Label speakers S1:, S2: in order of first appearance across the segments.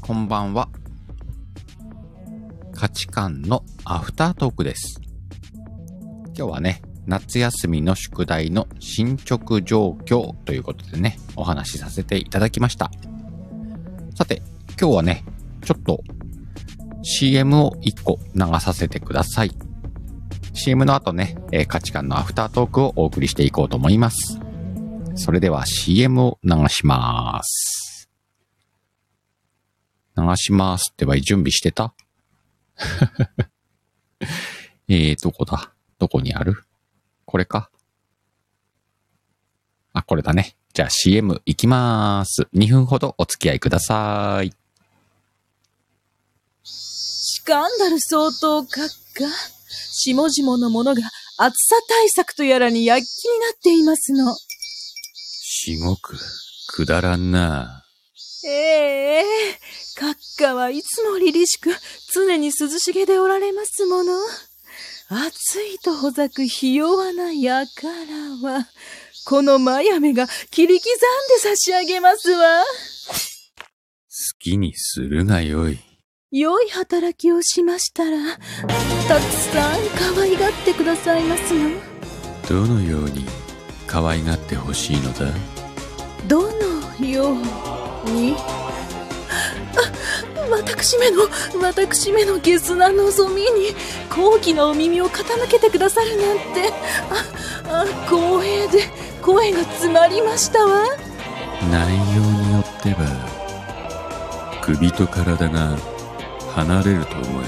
S1: こんばんは。価値観のアフタートークです。今日はね、夏休みの宿題の進捗状況ということでね、お話しさせていただきました。さて、今日はね、ちょっと CM を1個流させてください。CM の後ね、えー価値観のアフタートークをお送りしていこうと思います。それでは CM を流します。流しますってばい準備してた えー、どこだどこにあるこれかあ、これだね。じゃあ CM 行きまーす。2分ほどお付き合いください。
S2: スカンダル相当閣下。下々のものが暑さ対策とやらに躍起になっていますの。
S1: しごく、くだらんな。
S2: ええ閣下はいつも凛々しく、常に涼しげでおられますもの。暑いとほざくひ弱なやからは、このマヤメが切り刻んで差し上げますわ。
S1: 好きにするがよい。
S2: 良い働きをしましたら、たくさん可愛がってくださいますの。
S1: どのように可愛がってほしいのだ
S2: どのようにあ私めの私めのゲスな望みに高貴なお耳を傾けてくださるなんてああ光栄で声が詰まりましたわ
S1: 内容によっては、首と体が離れると思え。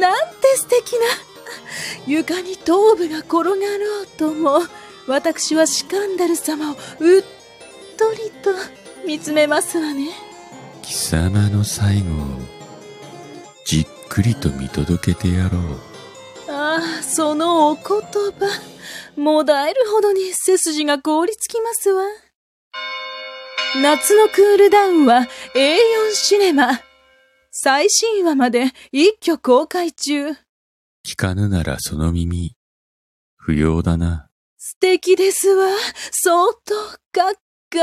S2: なんて素敵な床に頭部が転がろうとも私はシカンダル様をうっとりと見つめますわね
S1: 貴様の最後をじっくりと見届けてやろう
S2: ああ、そのお言葉。もだえるほどに背筋が凍りつきますわ。夏のクールダウンは A4 シネマ。最新話まで一挙公開中。
S1: 聞かぬならその耳不要だな
S2: 素敵ですわ。相当閣下。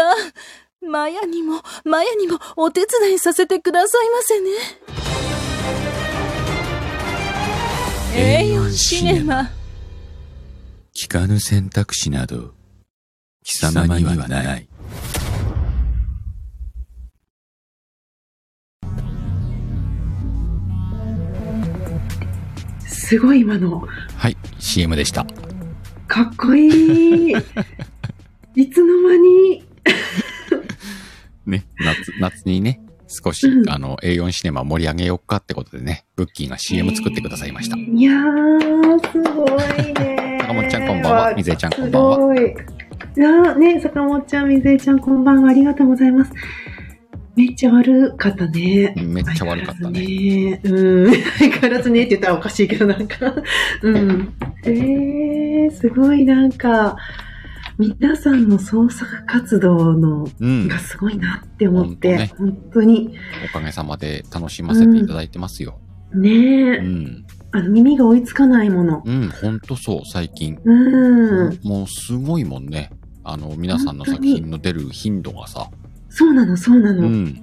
S2: マヤにも、マヤにもお手伝いさせてくださいませね。A4 シネマ。
S1: 聞かぬ選択肢など貴様にはない
S3: すごい今の。
S1: はい CM でした
S3: かっこいい。いつの間に。
S1: ね夏夏にね少し、
S3: うん
S1: あの A4 シネマ盛り上げようかってことでねブッキーが CM 作ってくださいました、。
S3: いやー、すごいね
S1: 坂本ちゃんこんばんはみずえちゃんこんばんは
S3: すごい。いやーね、坂本ちゃん、みずえちゃん、こんばんは。ありがとうございます。めっちゃ悪かったね。
S1: めっちゃ悪かったね
S3: 相変わらずね。うん。相変わらずねって言ったらおかしいけど、なんか。うん。えー、すごいなんか、皆さんの創作活動の
S1: うん
S3: がすごいなって思って、
S1: うん
S3: 本当に
S1: おかげさまで楽しませていただいてますよ
S3: ねえ、
S1: うん
S3: あの耳が追いつかないもの。
S1: うん、ほんとそう最近
S3: うん、
S1: もうすごいもんね。あの、皆さんの作品の出る頻度がさ。
S3: そうなの、そうな
S1: う
S3: の、
S1: ん。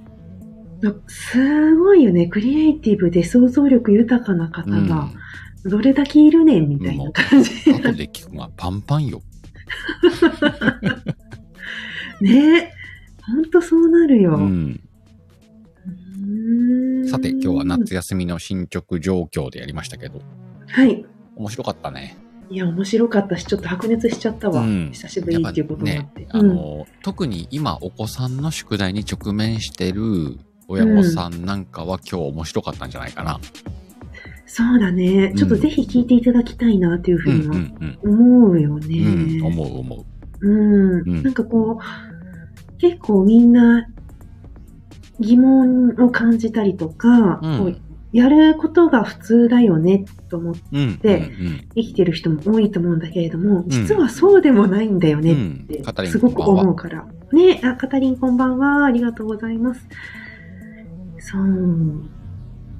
S3: すごいよね、クリエイティブで想像力豊かな方
S1: うん。
S3: が、どれだけいるねん、みたいな感じ。
S1: 後で聞くがパンパンよ。
S3: ねえ、ほんと そうなる
S1: う。
S3: よ。うんーん
S1: さて、今日は。夏休みの進捗状況でやりましたけど、
S3: はい。
S1: 面白かったね。
S3: いや、面白かったし、ちょっと白熱しちゃったわ。
S1: うん
S3: 久しぶ
S1: や
S3: り
S1: っぱ
S3: っていうことにな
S1: ね
S3: って。、
S1: あの、特に今お子さんの宿題に直面してる親御さんなんかは今日面白かったんじゃないかな。
S3: そうだね
S1: ん。
S3: ちょっとぜひ聞いていただきたいな、というふ
S1: う
S3: うんに
S1: う
S3: は
S1: んうん。
S3: 思うよね。
S1: うん、思う思
S3: うん
S1: うん
S3: なんかこう、結構みんな疑問を感じたりとか、
S1: うん
S3: こうやることが普通だよねと思って
S1: う。うん。
S3: で
S1: うん
S3: 生きてる人も多いと思うんだけれども、実はそうでもないんだよ
S1: うん。う
S3: ね
S1: ん
S3: っ。
S1: カタリ
S3: て
S1: ンこ
S3: すご
S1: んば
S3: く
S1: ん
S3: 思
S1: は
S3: う。から。ねあ、カタリンこんばんは。ありがとうございます。そう。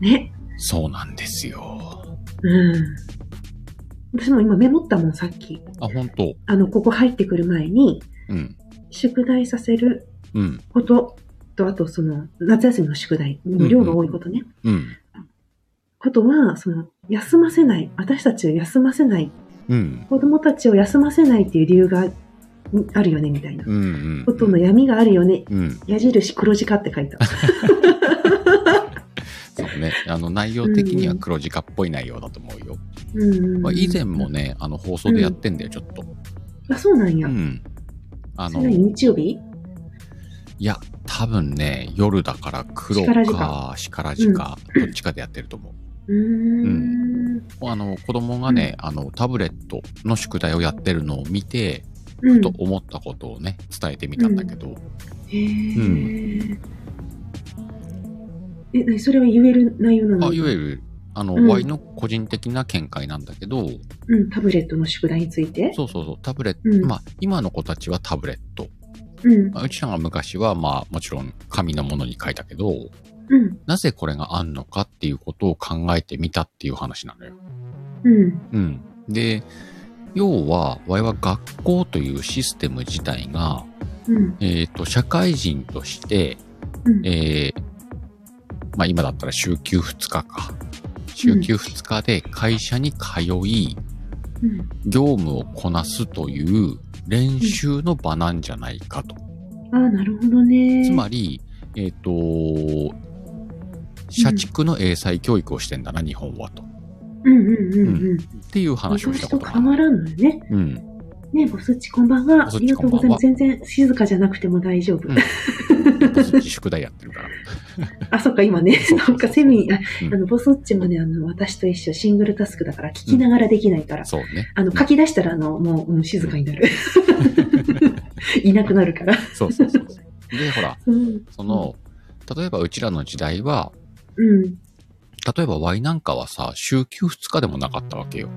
S3: ね。
S1: そうなんですよ。
S3: うん。私も今メモったもん、さっき。
S1: あ、本当
S3: あの、ここ入ってくる前に、
S1: うん。
S3: 宿題させる
S1: うん。
S3: ことと、あとその、夏休みの宿題、量が多いことね。
S1: うん。
S3: ことは、その、休ませない、私たちを休ませない、
S1: うん。
S3: 子供たちを休ませないっていう理由がんあるよね、みたいな。
S1: うん。うん
S3: ことの闇があるよね。
S1: うん。
S3: 矢印黒字化って書いた。
S1: そうね。あの、内容的には黒字化っぽい内容だと思うよ。
S3: うん
S1: まあ、以前も。ね、あの、放送でやってんだよ、ちょっと。
S3: あ、そうなんや。
S1: うん。あ
S3: そ
S1: の、
S3: れ何
S1: い
S3: 日曜日
S1: や、多分ね、夜だから黒
S3: 力時
S1: か、力時か、どっちかでやってると思う。
S3: うーん。
S1: あの、子供がね、あの、タブレットの宿題をやってるのを見て、
S3: うん。
S1: と思ったことをね、伝えてみたんだけど、
S3: へーえ、何それは言える内容なの
S1: あいわゆる、あの、
S3: うん
S1: Y の個人的な見解なんだけど、
S3: うん、タブレットの宿題について
S1: そうそうそう、タブレット、
S3: うん
S1: まあ、今の子たちはタブレット。
S3: うん。
S1: まあうちらが昔は、まあ、もちろん紙のものに書いたけど、
S3: うん。
S1: なぜこれがあんのかっていうことを考えてみたっていう話なのよ。
S3: うん。
S1: うん。で、要は、我は学校というシステム自体が、
S3: うん。
S1: えっ、と、社会人として、
S3: うん。
S1: えーまあ今だったら週休2日か。週休2日で会社に通い、
S3: うん
S1: 業務をこなすという練習の場なんじゃないかと。
S3: ああ、なるほどね。
S1: つまり、えっ、と、社畜の英才教育をしてんだな、日本はと。っ
S3: うんうんうんうん。
S1: ていう話をし
S3: 昔
S1: たこととがあ
S3: 変わ
S1: る。
S3: らんのよね。
S1: うん。
S3: ねボスっちこんばんは。
S1: ボ
S3: あ
S1: スっ
S3: り
S1: ち
S3: が
S1: ことん
S3: う
S1: ばんは
S3: ございます。全然静かじゃなくても大丈夫。
S1: うんボスっち宿題やって るから。
S3: あ、そっか、今ね
S1: そう。そうそう
S3: なんかセミ、あ
S1: うん
S3: あの、ボスっちもね、あの、私と一緒、シングルタスクだから聞きながらできないから。
S1: そうね。
S3: あの、書き出したら、あの、もう、うん、静か になる。いなくなるから。
S1: そうそうそう。で、ほら、
S3: うん。
S1: その、例えばうちらの時代は、
S3: うん。
S1: 例えば Y なんかはさ、週休2日でもなかったわけよ。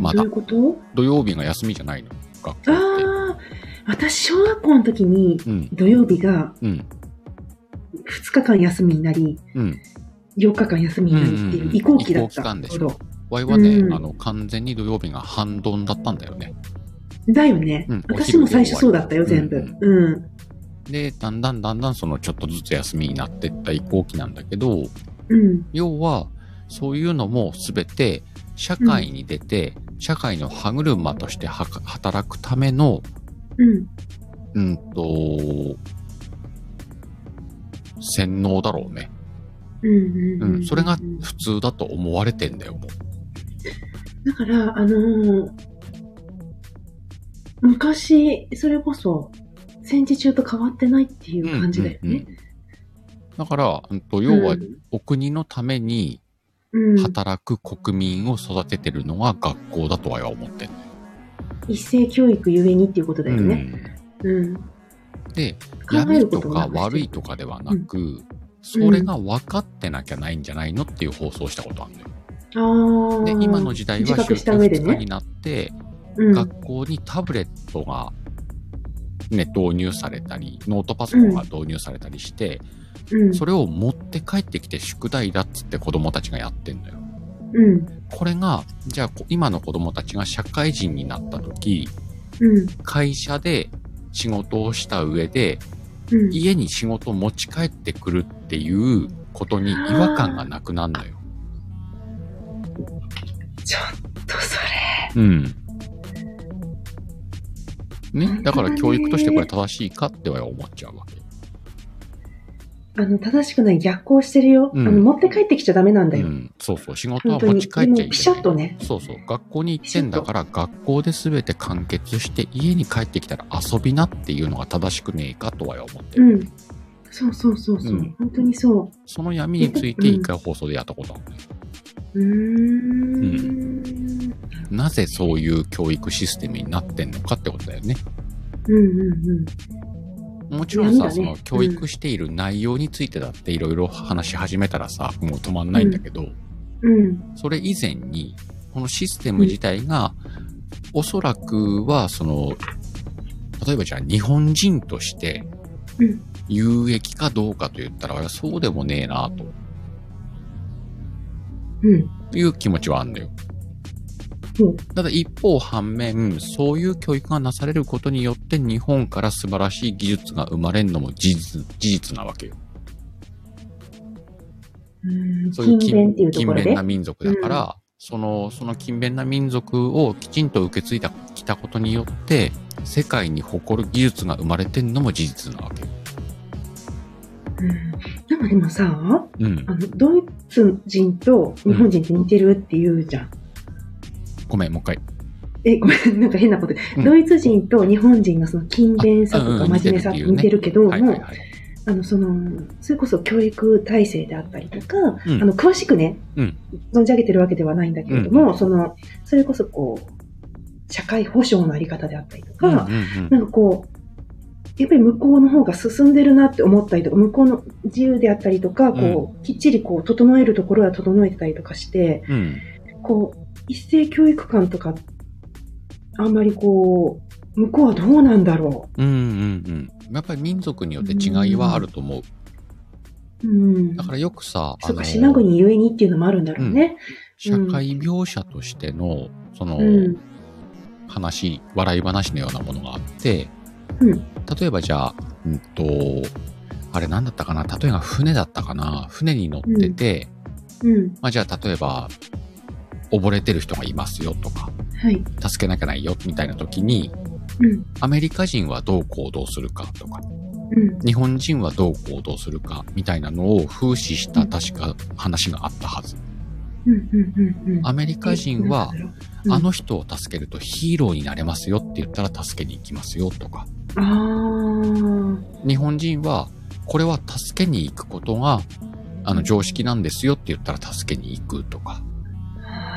S1: ま
S3: ど
S1: だ
S3: ういうこと
S1: 土曜日が休みじゃないの。学校って。
S3: ああ、私、小学校の時に、
S1: うん、
S3: 土曜日が
S1: うん、
S3: 2日間休みになり、
S1: うん。
S3: 4日間休みになるって
S1: うんうん
S3: いううん移行期だった。
S1: 移行期間でしょ
S3: ちょう
S1: Y はね、
S3: うん
S1: あの、完全に土曜日が半ドンだったんだよね。
S3: どだよね、
S1: うん
S3: 私も最初そうだったよ、
S1: お昼
S3: 全
S1: で
S3: 部。
S1: 終わ
S3: うん。
S1: で、だんだんだんだんそのちょっとずつ休みになってった移行期なんだけど、
S3: うん。
S1: 要は、そういうのもすべて社会に出て、社会の歯車としてはか働くための、
S3: うん。
S1: うんと、洗脳だろうね。
S3: うん。
S1: うん、それが普通だと思われてんだよ、もう。
S3: だから、あのー昔、それこそ、戦時中と変わってないっていう感じだよ
S1: うんうん
S3: ね
S1: う。んだから、うんと、
S3: うん
S1: 要は、お国のために
S3: うん
S1: 働く国民を育ててるのが学校だとは思ってる、
S3: 一斉教育ゆえにっていうことだよね。うん。
S1: うんで、
S3: 考え
S1: 闇
S3: ることと
S1: か
S3: が
S1: 悪いとかではなく、それが分かってなきゃないんじゃないのっていう放送をしたことあるんだよ。
S3: あー
S1: で、今の時代
S3: 自
S1: は
S3: 覚
S1: 週
S3: した上で
S1: 2日に
S3: ね。
S1: なって、
S3: うん。
S1: 学校にタブレットが、ね、導入されたり、ノートパソコンが導入されたりして、
S3: うん。
S1: それを持って帰ってきて宿題だっつって子供たちがやってんのよ。
S3: うん。
S1: これが、じゃあこ今の子供たちが社会人になった時、
S3: うん。
S1: 会社で仕事をした上で、
S3: うん。
S1: 家に仕事を持ち帰ってくるっていうことに違和感がなくなるのよ。
S3: ちょっとそ
S1: う
S3: れ。
S1: ん。ね
S3: 本当だね
S1: だから教育としてこれ正しいかっては思っちゃうわけ。
S3: あの、正しくない逆行してるよ。
S1: うん
S3: あの、持って帰ってきちゃダメなんだ
S1: う
S3: よ。
S1: ん。そうそう。仕事は
S3: 本当
S1: 持
S3: に。
S1: ち帰っちゃ
S3: もう
S1: い
S3: ピ
S1: け
S3: シャ
S1: な
S3: ッ
S1: い。
S3: とね。
S1: そうそう。学校に行ってんだから、学校で全て完結して、家に帰ってきたら遊びなっていうのが正しくねえかとは思って
S3: う
S1: る。
S3: ん。そうそうそうそう。
S1: うん
S3: 本当にそう。
S1: その闇について一回放送でやったことある、ね
S3: うーん。
S1: なぜそういう教育システムになってんのかってことだよね。
S3: うんうん
S1: もちろんさ、そ
S3: 闇だ
S1: の
S3: ね
S1: 教育している内容についてだっていろいろ話し始めたらさ、もう止まんないんだけど、
S3: うん。うん。
S1: それ以前に、このシステム自体が、おそらくは、その、例えばじゃあ日本人として
S3: うん、
S1: 有益かどうかと言ったら、俺はそうでもねえなと
S3: うん。
S1: いう気持ちはあるんだよ
S3: うん。
S1: ただ一方反面、そういう教育がなされることによっって日本から素晴らしい技術が生まれるのも事実、事実なわけよ。
S3: うん
S1: そういう
S3: 勤勉
S1: 勤
S3: っていうとこ
S1: 勤
S3: ろ
S1: 勉
S3: で
S1: な。民族だから、その、その勤勉な民族をきちんと受け継いだ、きたことによって、世界に誇る技術が生まれてんのも事実なわけよ。
S3: うんなんかでもさ、
S1: うん
S3: あ。の、ドイツ人と日本人って似てるって言うじゃん。
S1: ごめん、もう一回。
S3: え、ごめん、なんか変なこと。
S1: うん
S3: ドイツ人と日本人のその勤勉さと
S1: あ
S3: か
S1: うん
S3: 真面目さって似
S1: 似て
S3: て
S1: る
S3: るけど、
S1: はいはい
S3: もう
S1: はい。
S3: あの、その、それこそ教育体制であったりとか、
S1: うん
S3: あの、詳しくね、
S1: うん
S3: 存じ上げてるわけではないんだけれども、その、それこそこう、社会保障のあり方であったりとか、
S1: うんうんうん
S3: なんかこう、やっぱり向こうの方が進んでるなって思ったりとか、向こうの自由であったりとか、こう、きっちりこう、整えるところは整えてたりとかして、
S1: うん。
S3: こう、一斉教育観とか、あんまりこう、向こうはどうなんだろ
S1: うんうんうん。やっぱり民族によって違いはあると思う。
S3: う。うん
S1: だ。からよくさ、あ
S3: そう
S1: の、
S3: か、
S1: 社
S3: 島国ゆえにっていうのもあるんだろうね。
S1: 会描写としての、その、
S3: うん。
S1: 話、笑い話のようなものがあって、
S3: うん
S1: 例えばじゃあ、うんと、あれ何だったかな例えば船だったかな船に乗ってて、
S3: うん。
S1: まあじゃあ例えば、溺れてる人がいますよとか、
S3: はい。
S1: 助けなきゃないよみたいな時に、
S3: うん。
S1: アメリカ人はどう行動するかとか、
S3: うん。
S1: 日本人はどう行動するかみたいなのを風刺した確か話があったはず。
S3: うん。うん。うん。
S1: アメリカ人は、
S3: うん
S1: あの人を助けるとヒーローになれますよって言ったら助けに行きますよとか、
S3: ああ。
S1: 日本人は、これは助けに行くことが、あの、常識なんですよって言ったら助けに行くとか、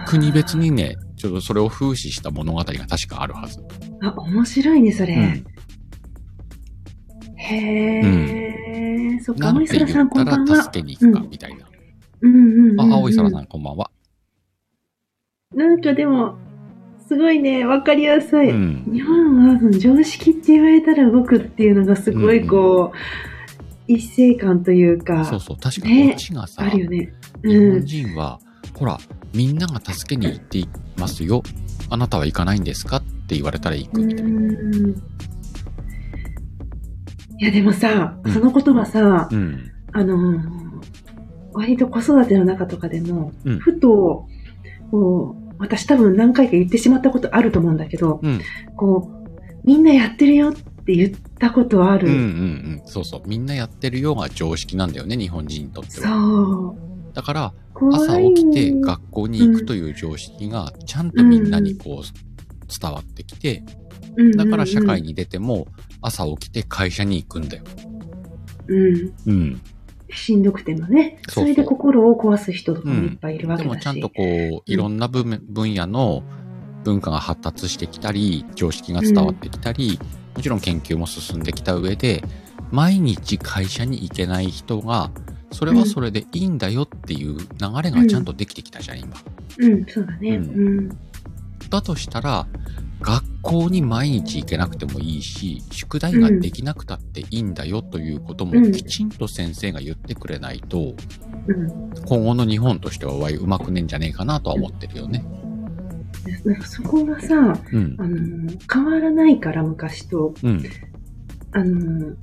S1: 国別にね、ちょっとそれを風刺した物語が確かあるはず。
S3: あ、面白いね、それ。
S1: うん。
S3: へえ、そっか、
S1: なん
S3: 青い
S1: て
S3: 空さ
S1: 言
S3: ん、
S1: っ
S3: こ
S1: た
S3: んばん
S1: ら
S3: は。
S1: 助けに行くか、みたいな。
S3: うんうんうん、うん。
S1: あ、青い空さんこんばんは。
S3: なんかでも、すごいね、わかりやす
S1: う
S3: い。
S1: ん。
S3: 日本はその常識って言われたら動くっていうのがすごいこう、一斉感というか、
S1: そうそう、確かに
S3: ね
S1: こっちがさ、
S3: あるよね。
S1: 日
S3: う
S1: 本
S3: ん。
S1: 人は、ほら、みんなが助けに行っていますよ。あなたは行かないんですかって言われたら行
S3: う
S1: くみたいな。
S3: ん。いやでもさ
S1: う、ん
S3: その言葉さ、
S1: うん。
S3: あのー割と子育ての中とかでも、
S1: うん
S3: ふと、こう、私多分何回か言ってしまったことあると思うんだけど、
S1: うん。
S3: こう、みんなやってるよって言ったことあ
S1: うんうんう
S3: る。
S1: ん。そうそう。みんなやってるようが常識なんだよね、日本人にとっては。
S3: そう。
S1: だから、
S3: 怖い
S1: 朝起きて学校に行くという常識がちゃんとみんなにこう伝わってきて、だから社会
S3: に。
S1: に出ても朝起きて会社に行くんだよ。
S3: うん。
S1: うん。
S3: しんどくてもね。
S1: そうそ
S3: そうれで心を壊す人とかもいっぱいいるわ
S1: で
S3: けだし。
S1: もちゃんとこう、いろんな分面分野の文化が発達してきたり、常識が伝わってきたり、もちろん研究も進んできた上で、毎日会社に行けない人が、それはそれでいいんだよっていう流れがちゃんとできてきたじゃん、今。
S3: うん、そうだね。
S1: う
S3: うんん。
S1: だとしたら、学校に毎日行けなくてもいいし、宿題ができなくたっていいんだよということ
S3: う
S1: も
S3: ん
S1: きちんと先生が言ってくれないと、
S3: うん。
S1: 今後の日本としてはうまくねえんじゃねえかなとは思ってるよね。
S3: なんかそこがさ、
S1: うん
S3: あ。の、変わらないから昔と、
S1: うん。
S3: あの、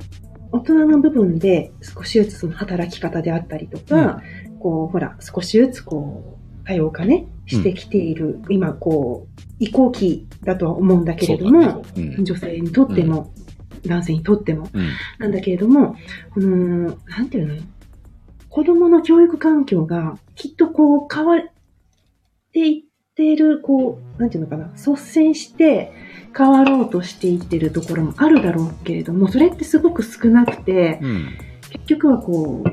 S3: 大人の部分で少しずつその働き方であったりとか、こう、ほら、少しずつこう、多様化ね、してきている、今、こう、移行期だとは思うんだけ
S1: そ
S3: れ
S1: う
S3: ど
S1: だ
S3: も、
S1: ね。うん。
S3: 女性にとっても、男性にとっても、
S1: うん。
S3: なんだけれども、この、なんていうの子供の教育環境がきっとこう変わっていってる、こう、なんていうのかな、率先して変わろうとしていってるところもあるだろうけれども、それってすごく少なくて、
S1: うん。
S3: 結局はこう、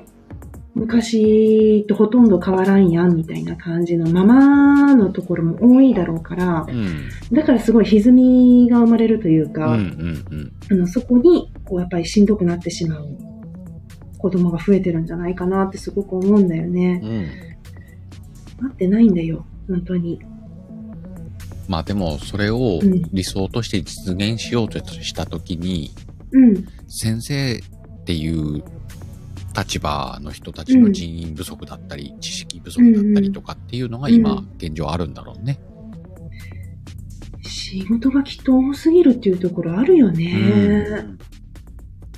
S3: 昔とほとんど変わらんやんみたいな感じのままのところも多いだろうから
S1: う、ん。
S3: だからすごい歪みが生まれるという
S1: う
S3: か、
S1: ん。うん。
S3: あのそこにこうやっぱりしんどくなってしまう子供が増えてるんじゃないかなってすごく思うんだよね。
S1: うん。
S3: なってないんだよ、本当に。
S1: まあでも、それを
S3: うん
S1: 理想として実現しようとしたときに、
S3: うん、
S1: 先生っていう立場の人たちの人員不足だったり、知識不足だったりとかっていうのが
S3: うん
S1: 今現状あるんだろうね。
S3: 仕事がきっと多すぎるっていうところあるよね。
S1: うん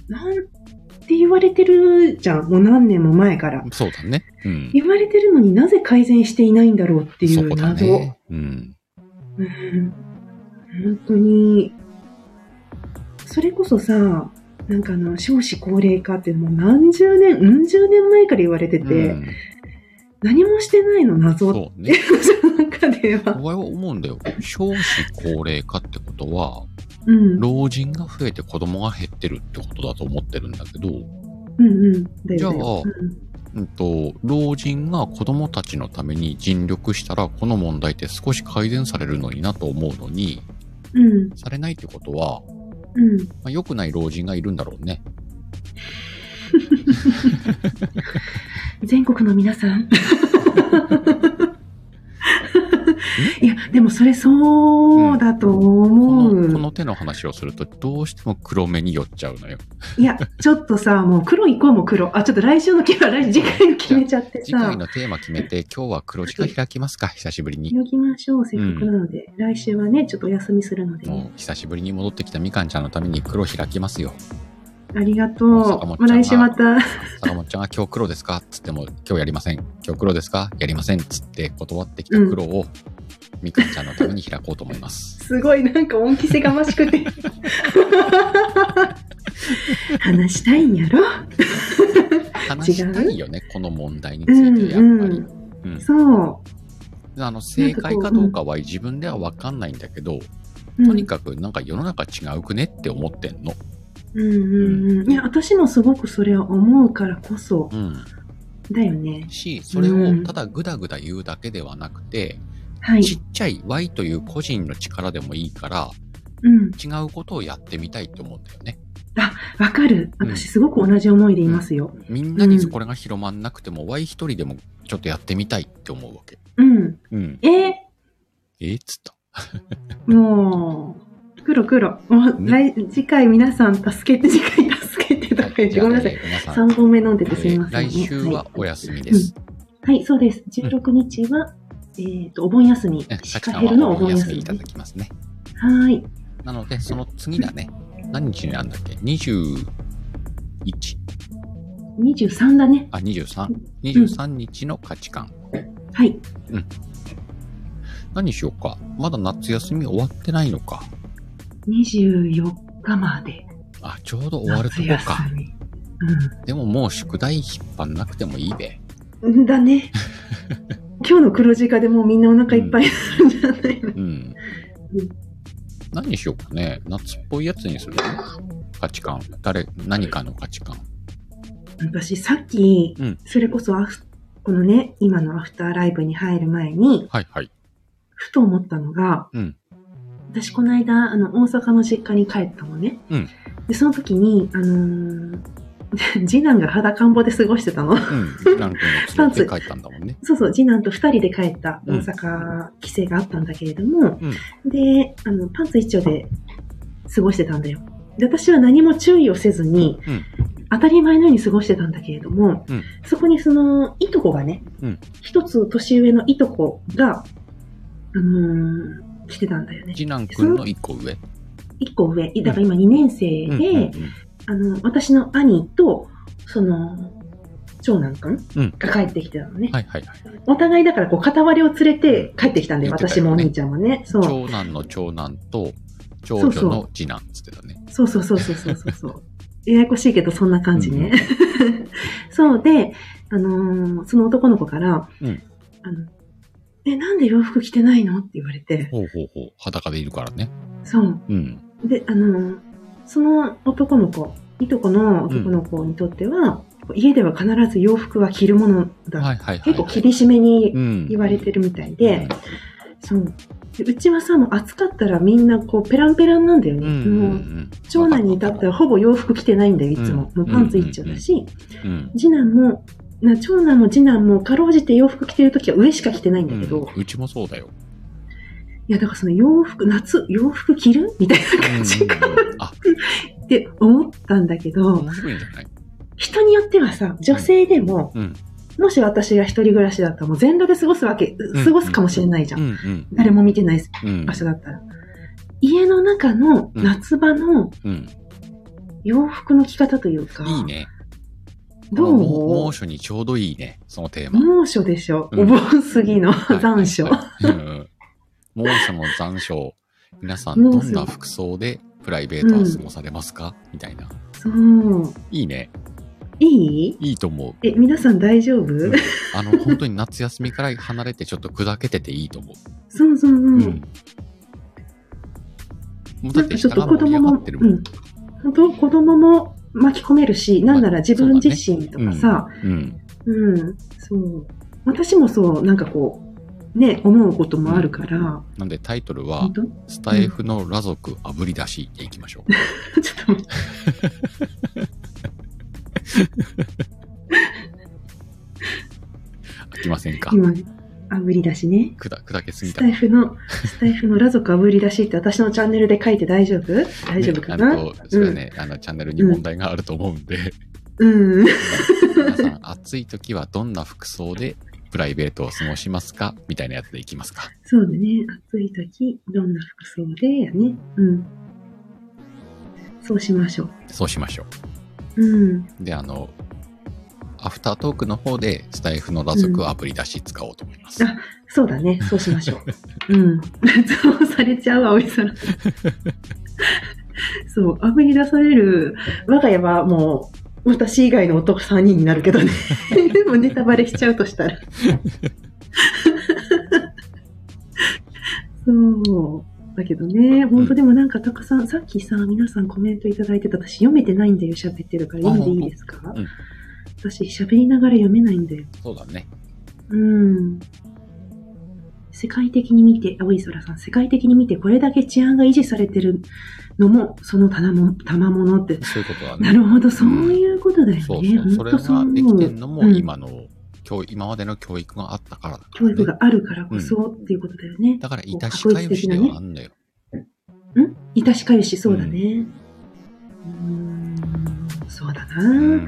S3: なんて言われてるじゃん。もう何年も前から。
S1: そうだね。うん。
S3: 言われてるのになぜ改善していないんだろうってい
S1: そうこだ
S3: 謎。
S1: ね。うん。
S3: うん本当に、それこそさ、なんかあの、少子高齢化ってもう何十年、うん十年前から言われてて、
S1: うん、
S3: 何もしてないの謎って
S1: そうね。
S3: の中では。
S1: 俺は思うんだよ。少子高齢化ってことは、
S3: うん。
S1: 老人が増えて子供が減ってるってことだと思ってるんだけど、
S3: うんうん。だ
S1: じゃあ
S3: よね。うん
S1: うんと、老人が子供たちのために尽力したら、この問題って少し改善されるのになと思うのに、
S3: うん。
S1: されないってことは、
S3: うん。
S1: まあ、良くない老人がいるんだろうね。
S3: 全国の皆さん。 いや、でもそれそうだと
S1: こ
S3: 思う。
S1: の、この手の話をすると、どうしても黒目に寄っちゃうのよ。
S3: いや、ちょっとさ、もう黒行こうもう黒。あ、ちょっと来週の決め、来週次回の決めちゃって
S1: 次回
S3: さ。
S1: のテーマ決めて、今日は黒字化開きますか久しぶりに。
S3: 呼きましょう、せっかくなので。来週はね、ちょっとお休みするので、
S1: もう、久しぶりに戻ってきたみかんちゃんのために黒開きますよ。
S3: ありがとう。
S1: 坂
S3: ま
S1: 本ちゃ
S3: あ、
S1: んが
S3: 来週また。
S1: 坂本ちゃんが今日黒ですかつっても、今日やりません。今日黒ですかやりません。つって断ってきた黒を、みかんちゃんのために開こうと思います。
S3: すごいなんか恩着せがましくて。話したいんやろ
S1: 話したいよね、この問題について、やっぱり。
S3: うん
S1: うん
S3: そ
S1: あの正解かどうかは自分では分かんないんだけど、
S3: う。
S1: とにかくなんか世の中違うくねって思ってんの。
S3: く。うんうんうん。いや、私もすごくそれは思うからこそ、
S1: うん。
S3: だよね。
S1: し、それ
S3: う
S1: を
S3: ん
S1: ただぐだぐだ言うだけではなくて、
S3: はい。
S1: ちっちゃい Y という個人の力でもいいから、
S3: うん。
S1: 違うことをやってみたいと思うんだよね。
S3: わかる。
S1: うん
S3: 私すごく同じ思いでいますよ。
S1: みんなに
S3: うん
S1: これが広まんなくても、Y 一人でもちょっとやってみたいって思うわけ。
S3: うん。
S1: うん。
S3: え
S1: えっつった。
S3: ーもう、黒黒。もう、来、次回皆さん助けて、次回助けてとか言 って、ごめんなさい。
S1: じゃあね皆さん、
S3: 3本目飲んでてす
S1: え
S3: み
S1: ー
S3: ません、ね。
S1: 来週はお休みです。
S3: はい、はい、そうです。16日は、えっ、と、お盆休み。
S1: シ
S3: シ
S1: カ
S3: カ
S1: ヘ
S3: ヘ
S1: ル
S3: ル
S1: の
S3: の
S1: お
S3: お
S1: 盆
S3: 盆
S1: 休
S3: 休
S1: みい
S3: みね。
S1: ただきますね。
S3: はい。
S1: なので、その次だね。何日になんだっけ ?21?
S3: 23だね。
S1: あ、23。23日の価値観。
S3: はい。
S1: 何しようか。まだ夏休み終わってないのか。
S3: 24日まで。
S1: あ、ちょうど終わるとこか。
S3: 夏休み
S1: でももう宿題引っ張んなくてもいいべ。
S3: うん。だ ね。今日の黒字化でもうみんなお腹いっぱいなんじゃないの、
S1: うん。何にしようかね。夏っぽいやつにする価値観。誰、何かの価値観。
S3: 私、さっき、
S1: うん
S3: それこそアフ、このね、今のアフターライブに入る前に、
S1: はいはい。
S3: ふと思ったのが、
S1: うん
S3: 私この間、あの、大阪の実家に帰ったのね。
S1: うん
S3: で、その時に、あのー 次男が裸んぼで過ごしてたの。
S1: うん。ランキングを連れて帰ったんだもんね。
S3: そうそう、次男と二人で帰った
S1: うん
S3: 大阪帰省があったんだけれども、
S1: うん
S3: で、あの、パンツ一丁で過ごしてたんだよ。で、私は何も注意をせずに、
S1: うん
S3: 当たり前のように過ごしてたんだけれども、
S1: うん
S3: そこにその、いとこがね
S1: うん、
S3: 一、つ年上のいとこが、あのー来てたんだよね。
S1: 次男くんの1個上。
S3: 一個上。だから今2年生で、
S1: うんうんうん
S3: あの、私の兄と、その、長男くん
S1: うん
S3: が帰ってきてたのね。
S1: はいはいはい。
S3: お互いだからこう片割れを連れて帰ってきたんで、
S1: 言ってたよ
S3: 私
S1: ね
S3: もお兄ちゃんはね。そう。
S1: 長男の長男と長女の次男っつってたね。
S3: そうそうそうそうそうそう そう。ややこしいけどそんな感じね。 そうで、あのーその男の子から、
S1: うん
S3: あの、え、なんで洋服着てないのって言われて、
S1: ほうほうほう。裸でいるからね。
S3: そう。
S1: うん。
S3: で、あのーその男の子、いとこの男の子にとっては、家では必ず洋服は着るものだ。
S1: はいはいはい。
S3: 結構厳しめに
S1: い
S3: 言われてるみたいで、そう。でうちはさ、もう暑かったらみんなこうペランペランなんだよ
S1: うん
S3: ね。
S1: うん
S3: もう長男に至ってはほぼ洋服着てないんだよ、いつも。
S1: うん
S3: もうパンツ一丁だし、
S1: うん。
S3: 次男も、な長男も次男もかろうじて洋服着てるときは上しか着てないん
S1: う
S3: だけ
S1: ん
S3: ど、い、
S1: うちもそうだよ。
S3: や、だからその洋服、夏、洋服着るみたいな感じか
S1: うんうんうんあ、
S3: って思ったんだけど、
S1: 面白いんじゃない
S3: 人によってはさ、女性でも、
S1: うん。
S3: もし私が一人暮らしだったらもう全裸で過ごすわけ、
S1: ん
S3: 過ごすかもしれないじゃ。
S1: うんんうん。
S3: 誰も見てない
S1: うん
S3: 場所だったら。家の中の夏場の
S1: うん。
S3: 洋服の着方というか、
S1: いいね。
S3: ど
S1: このも
S3: う
S1: 猛暑にちょうどいいね。そのテーマ。
S3: 猛暑でしょ。
S1: うん
S3: お盆過ぎの
S1: はい
S3: 残暑。
S1: はいはいうんうん猛暑の残暑。皆さん、どんな服装でプライベートは過ごされますか、みたいな。
S3: そう。
S1: いいね。
S3: いい
S1: いいと思う。
S3: え、皆さん大丈夫、
S1: うんあの、本当に夏休みから離れてちょっと砕けてていいと思
S3: そうそうそう。
S1: う。うん。もうだ
S3: な
S1: っ
S3: ん
S1: て
S3: かちょっ
S1: 下
S3: と
S1: が
S3: 子
S1: 盛り
S3: 供
S1: 上が
S3: も、
S1: ってるもん。
S3: うん。本当子供も巻き込めるし、なんなら自分自身とかさ、
S1: うん。
S3: うん、そう。私もそう、なんかこう、ね、思うこともあるから、
S1: なんでタイトルは
S3: 本、当 ち
S1: スタイフの裸族あぶり出しでいきましょ
S3: ょっと待って。
S1: う。飽きませんか
S3: 今、あぶり出しね。
S1: くだ砕けすぎ
S3: ス
S1: た
S3: タイフの、スタイフの裸族あぶり出しって私のチャンネルで書いて大丈夫大丈夫かな、
S1: ねあの、それはね、あの、チャンネルに問題があると思うんで、
S3: うん。
S1: 皆さん、暑い時はどんな服装でプライベートを過ごしますかみたいなやつでいきますか。
S3: そうだね。暑い時、どんな服装でやね。うん。そうしましょう。
S1: そうしましょ
S3: うん。
S1: う。で、あの、アフタートークの方で、スタイフの裸族アプリ出し使おうと思います。
S3: あそうだね。そうしましょう。うん。 そうされちゃう、葵さん。 そう、あぶり出される我が家はもう、私以外の男3人になるけどね。 でもネタバレしちゃうとしたら。 そう。だけどね、本当でもなんかたくさん、さっきさ、皆さんコメントいただいてた、私読めてないんだよ、喋ってるから。読んでいいですか、
S1: うん
S3: 私喋りながら読めないんだよ。
S1: そうだね。
S3: うん。世界的に見て、青い空さん、世界的に見て、これだけ治安が維持されてるのも、そのたも、賜物って。
S1: そういうことだ
S3: な
S1: ね。
S3: るほど、そういうことだよね。
S1: そうそう。それ
S3: 本当
S1: がで
S3: 思
S1: き
S3: う
S1: てんのも、
S3: うん
S1: 今の、教今までの教育があったからだから、
S3: 教
S1: ね。
S3: 育があるからこそっていうことだよね。
S1: だから、いたしかよしではあんだよ。
S3: うんいたしかゆし、そうだね。うん、そうだな。
S1: うん。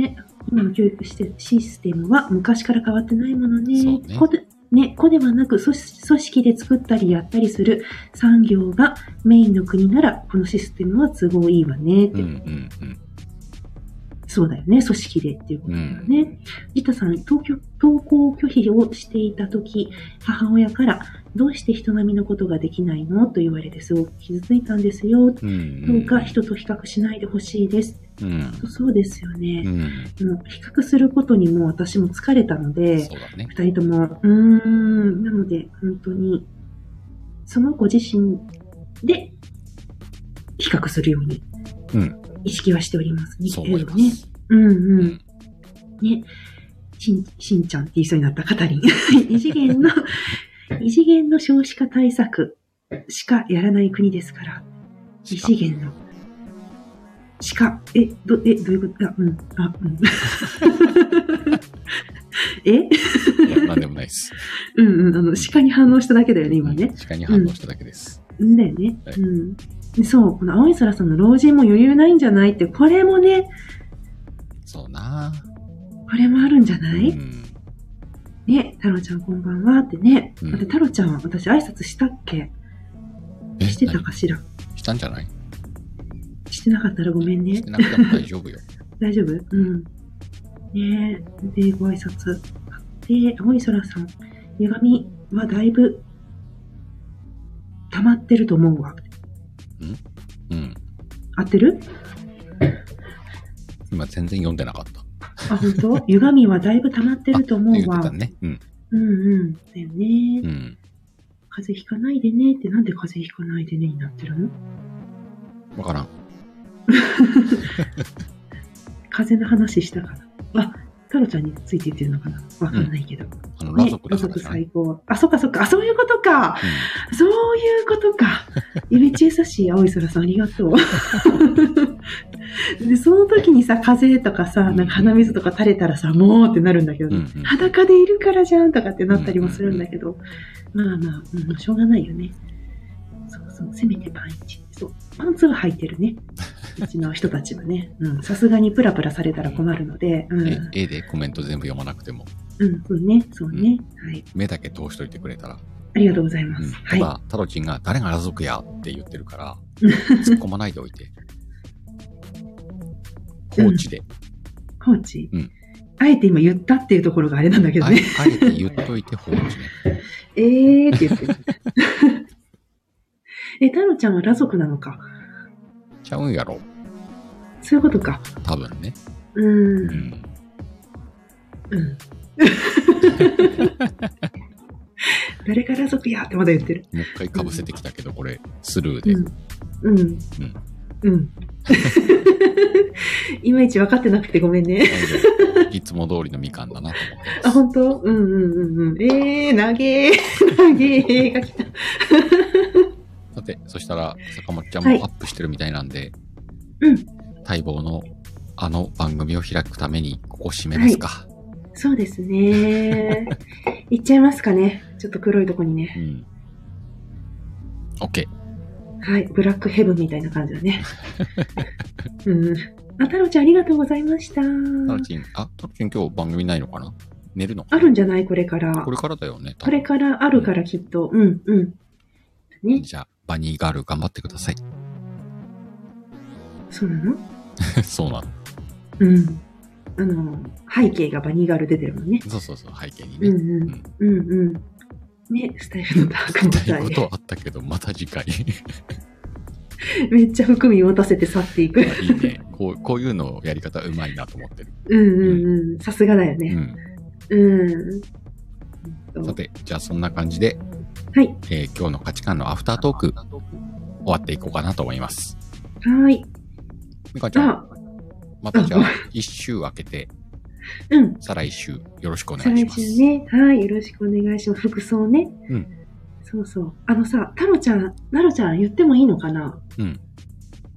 S3: ねえ、今の教育してシステムは昔から変わってないもの
S1: そう
S3: ね。
S1: ね
S3: 子でね、子ではなく組織組織で作ったりやったりする産業がメインの国ならこのシステムは都合いいわねって、
S1: うんうんうん。
S3: そうだよね、組織でっていうことだよね。ジタさん、登居登校拒否をしていた時、母親からどうして人並みのことができないのと言われてすごく傷ついたんですよ。
S1: うん
S3: ど
S1: うん
S3: うか人と比較しないでほしいです。
S1: うん。
S3: そうですよね。
S1: うん。
S3: もう比較することにもう私も疲れたので、
S1: そうだね。
S3: 二人とも、うーん、なので、本当に、その子自身で比較するように
S1: うん。
S3: 意識はしておりますね。
S1: そう思いま
S3: ね。
S1: す。
S3: うん
S1: う
S3: うん
S1: ん。
S3: ね。しん、しんちゃんって言いそうになったカタリン。 異次元の、異次元の少子化対策しかやらない国ですから。異次元の。鹿。え、ど、え、どういうことあ、うん、あ、うん。 え
S1: いや、なんでもないです。
S3: うんうん、あの、鹿に反応しただけだよね、今
S1: うん
S3: ね。
S1: 鹿に反応しただけです。
S3: んだよね。
S1: はい
S3: うん。でそう、この青い空さんの老人も余裕ないんじゃないって、これもね、
S1: そうな
S3: これもあるんじゃな
S1: ぁ。う
S3: い、
S1: ん。
S3: ね、太郎ちゃんこんばんはってね。
S1: うん
S3: だって太郎ちゃんは私挨拶したっけ
S1: え
S3: してたかしら
S1: 何したんじゃない
S3: してなかったらごめんね
S1: して。なくても大丈 夫よ。
S3: 大丈夫うん。ねえ、で、ご挨拶あって、青い空さん、歪みはだいぶ溜まってると思うわ。
S1: うん。
S3: 合ってる
S1: 今全然読んでなかった。
S3: あ、本 当歪みはだいぶ溜まってると思
S1: 言っ
S3: う
S1: て
S3: わ。
S1: たね。うん。
S3: うんうん。だよね。
S1: うん。
S3: 風邪ひかないでねって、なんで風邪ひかないでねになってるの
S1: わからん。
S3: 風邪の話したから。あ、太郎ちゃんについていってるのかなわかんないけど。
S1: あの、
S3: ね、
S1: 裸族だから
S3: 裸
S1: じゃない。
S3: 最高。あ、そっかそっか。あ、そういうことか。そういうこと か。指ちえさし、青い空さん、ありがとう。 で、その時にさ、風邪とかさ、なんか鼻水とか垂れたらさ、もうってなるんだけど、
S1: うん。う
S3: ね
S1: ん。うん
S3: 裸でいるからじゃんとかってなったりもするんだけど、まあまあ、うん、しょうがないよね。そうそう、せめてパンチ。そう、パンツは履いてる ね。うちの人たちはね。うん、さすがにプラプラされたら困るので、う
S1: え
S3: ん、
S1: 絵でコメント全部読まなくても、
S3: うん、そうね、そうね。はい。
S1: 目だけ通しといてくれたら。
S3: ありがとうございま
S1: う
S3: す。
S1: ん、
S3: は
S1: た
S3: い。
S1: だ、
S3: あ
S1: タロチンが誰が裸族やって言ってる から、突っ込まないでおいて。コーチで、
S3: コーチ、
S1: うん
S3: あえて今言ったっていうところがあれなんだけど
S1: あえ
S3: ね。
S1: あえて言っといて放置ね。
S3: えーって言ってる。 え、太郎ちゃんは裸族なのか。
S1: ちゃうんやろ、
S3: そういうことか。
S1: 多分ね。
S3: うー。
S1: うんん。
S3: うん。 誰が裸族やってまだ言ってる。
S1: もう一回かぶせてきたけど、これ、スルーで。
S3: うん。うん。うん。 いまいち分かってなくてごめんね。
S1: 大丈夫いつも通りのみかんだなと思って
S3: あ、
S1: ます。
S3: 本当？うんうんうんうん。えー、投げー、投げ ーが来た。
S1: さて、そしたら、坂本ちゃん
S3: は
S1: も
S3: い
S1: アップしてるみたいなんで、
S3: うん。
S1: 待望のあの番組を開くために、ここ締めますか。
S3: そうですね。 いっちゃいますかね。ちょっと黒いとこにね。
S1: うん。OK。
S3: はい。ブラックヘブンみたいな感じだ ね。うん。あ、太郎ちゃんありがとうございまし
S1: タ
S3: た。
S1: ロチン、あ、タロチン今日番組ないのかな寝るの
S3: あるんじゃないこれから。
S1: これからだよね。多分
S3: これからあるからきっと。うん、うん。ね。
S1: じゃあ、バニーガール頑張ってください。
S3: そうなの
S1: そうなの。
S3: うん。あの、背景がバニーガール出てるもんね。
S1: そうそうそう、背景にね。
S3: うんう。
S1: うん
S3: うんうん。ね、スタイルのダーク
S1: 聞
S3: も
S1: きた
S3: た
S1: い
S3: い
S1: ことはあったけど、また次回。
S3: めっちゃ含み持たせて去っていく。
S1: いいね。こう、こういうのやり方うまいなと思ってる。
S3: うんうんうん。さすがだよ
S1: う
S3: ね。
S1: ん。
S3: うん。うん
S1: さて、じゃあそんな感じで、
S3: はい。
S1: えー今日の価値観のアフタートーク、終わっていこうかなと思います。
S3: はーい。
S1: みかちゃん、
S3: あ、
S1: またじゃあ、一週明けて、
S3: うん。
S1: 再来週、よろしくお願いし
S3: 最
S1: ま
S3: 初
S1: す。
S3: ね。はい。よろしくお願いします。服装ね。
S1: うん。
S3: そうそう。あのさ、太郎ちゃん、なるちゃん言ってもいいのかな
S1: うん。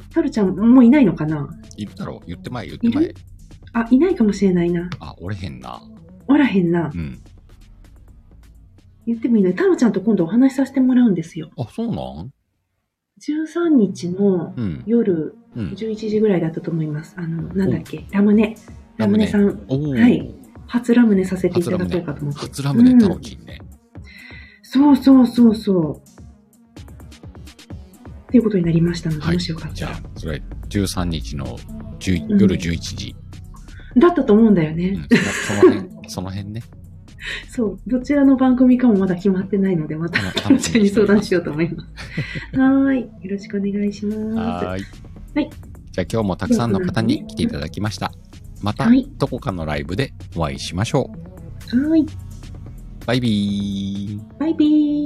S3: 太郎ちゃんもういないのかない
S1: るだろう言ってまえ、言ってま
S3: い
S1: え
S3: る。あ、いないかもしれないな。
S1: あ、おれへんな。
S3: おらへんな
S1: う。ん。
S3: 言ってもいいの太郎ちゃんと今度お話しさせてもらうんですよ。
S1: あ、そうなん
S3: 13日の
S1: うん。
S3: 夜
S1: うん。
S3: 11時ぐらいだったと思います。あの、なんだっけ、ラムネ。ラムネさん、
S1: おー。
S3: はい初ラムネさせていただこうかと思って。
S1: 初ラムネ
S3: うん
S1: タロキンね。
S3: そうそうそうそう。っていうことになりましたので、
S1: はい。
S3: もし
S1: じ
S3: よかった
S1: ゃ
S3: ら。
S1: あ、それ、13日の10
S3: うん
S1: 夜11時。
S3: だったと思うんだよね。
S1: うん。そのその辺、その辺 ね。
S3: そう。どちらの番組かもまだ決まってないので、また
S1: うん、
S3: タロちゃんに 相談しようと思い ます。はーい。よろしくお願いします。
S1: はーい。
S3: はい。
S1: じゃあ今日もたくさんの方に来ていただきました。また
S3: はい、
S1: どこかのライブでお会いしましょ
S3: はーい。
S1: う。バイビー。
S3: バイビー。